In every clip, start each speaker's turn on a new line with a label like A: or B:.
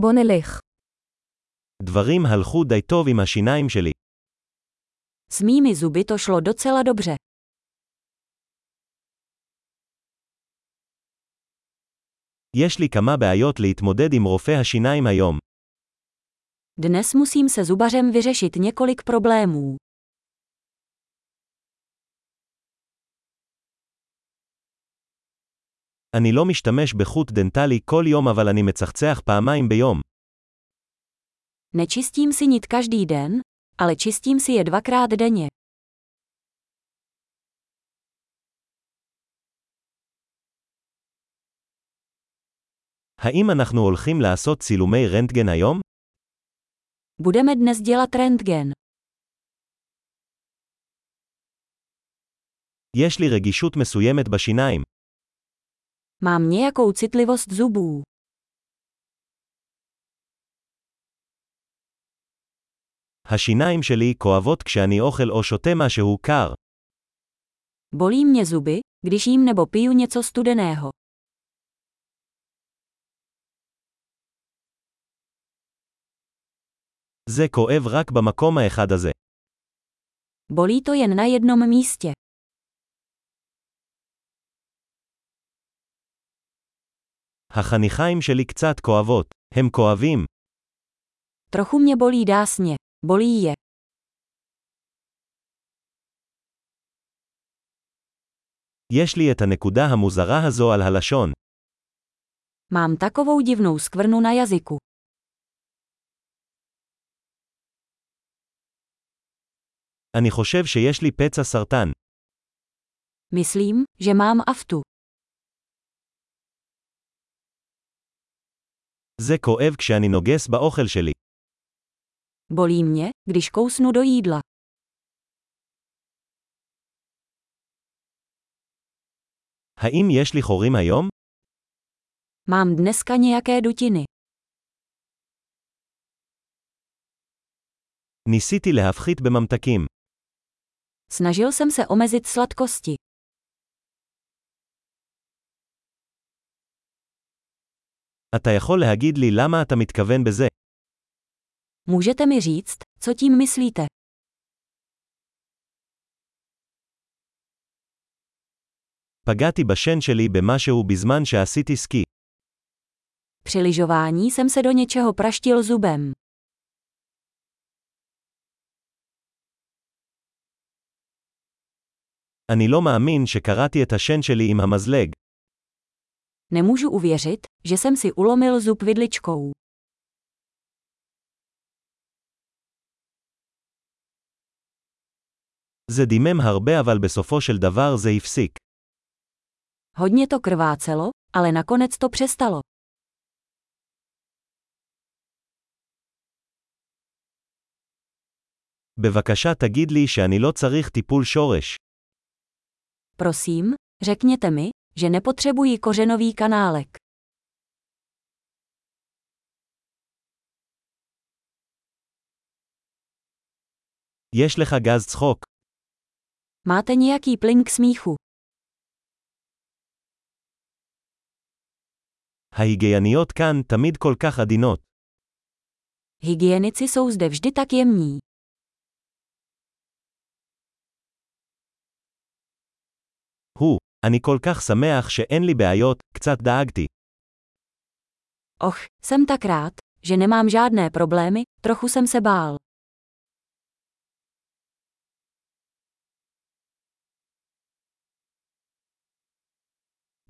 A: בוא נלך.
B: דברים הלכו די טוב עם השיניים שלי.
A: S mými zuby to šlo docela dobře.
B: יש לי כמה בעיות להתמודד עם רופא השיניים היום.
A: Dnes musím se zubařem vyřešit několik problémů.
B: אני לא משתמש בחוט דנטלי כל יום אבל אני מצחצח פעמיים ביום.
A: Nečistím si nit každý den, ale čistím si je dvakrát denně.
B: האם אנחנו הולכים לעשות צילומי רנטגן היום?
A: Budeme dnes dělat rentgen.
B: יש לי רגישות מסוימת בשיניים.
A: Mám nějakou citlivost zubů.
B: השיניים שלי כואבות כשאני אוכל או שותה משהו קר.
A: Bolí mě zuby, když jím nebo piju něco studeného.
B: זה כואב רק במקום האחד הזה.
A: Bolí to jen na jednom místě.
B: החניכיים שלי קצת כואבות. הם כואבים.
A: Trochu mě bolí dásně. Bolí je.
B: יש לי את הנקודה המוזרה הזו על הלשון.
A: Mám takovou divnou skvrnu na jazyku.
B: אני חושב שיש לי פצע סרטן.
A: Myslím, že mám aftu.
B: זה כואב כשאני נוגס באוכל שלי.
A: Bolí mě, když kousnu do jídla.
B: האם יש לי חורים היום?
A: Mám dneska nějaké dutiny.
B: ניסיתי להפחית בממתקים.
A: Snažil jsem se omezit sladkosti.
B: אתה יכול להגיד לי למה אתה מתכוון בזה?
A: Můžete mi říct, co tím myslíte?
B: פגעתי בשן שלי במשהו בזמן שעשיתי סקי.
A: Při lyžování jsem se do něčeho praštil zubem.
B: אני לא מאמין שקרעתי את השן שלי עם המזלג.
A: Nemůžu uvěřit, že jsem si ulomil zub vidličkou.
B: זה דימם הרבה אבל בסופו של דבר זה הפסיק.
A: Hodně to krvácelo, ale nakonec to přestalo.
B: בבקשה תגיד לי שאני לא צריך טיפול שורש.
A: Prosím, řekněte mi, že nepotřebuji kořenový kanálek.
B: יש לך גז צחוק.
A: Máte nějaký plyn k smíchu.
B: ההיגייניות כאן תמיד כל כך עדינות.
A: Hygienici jsou zde vždy tak jemní.
B: הוא, אני כל כך שמח שאין לי בעיות, קצת דאגתי.
A: Och, jsem tak rád, že nemám žádné problémy, trochu jsem se bál.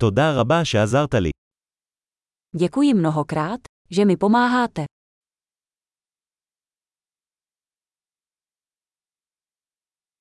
B: תודה רבה שעזרת לי.
A: Děkuji mnohokrát, že mi pomáháte.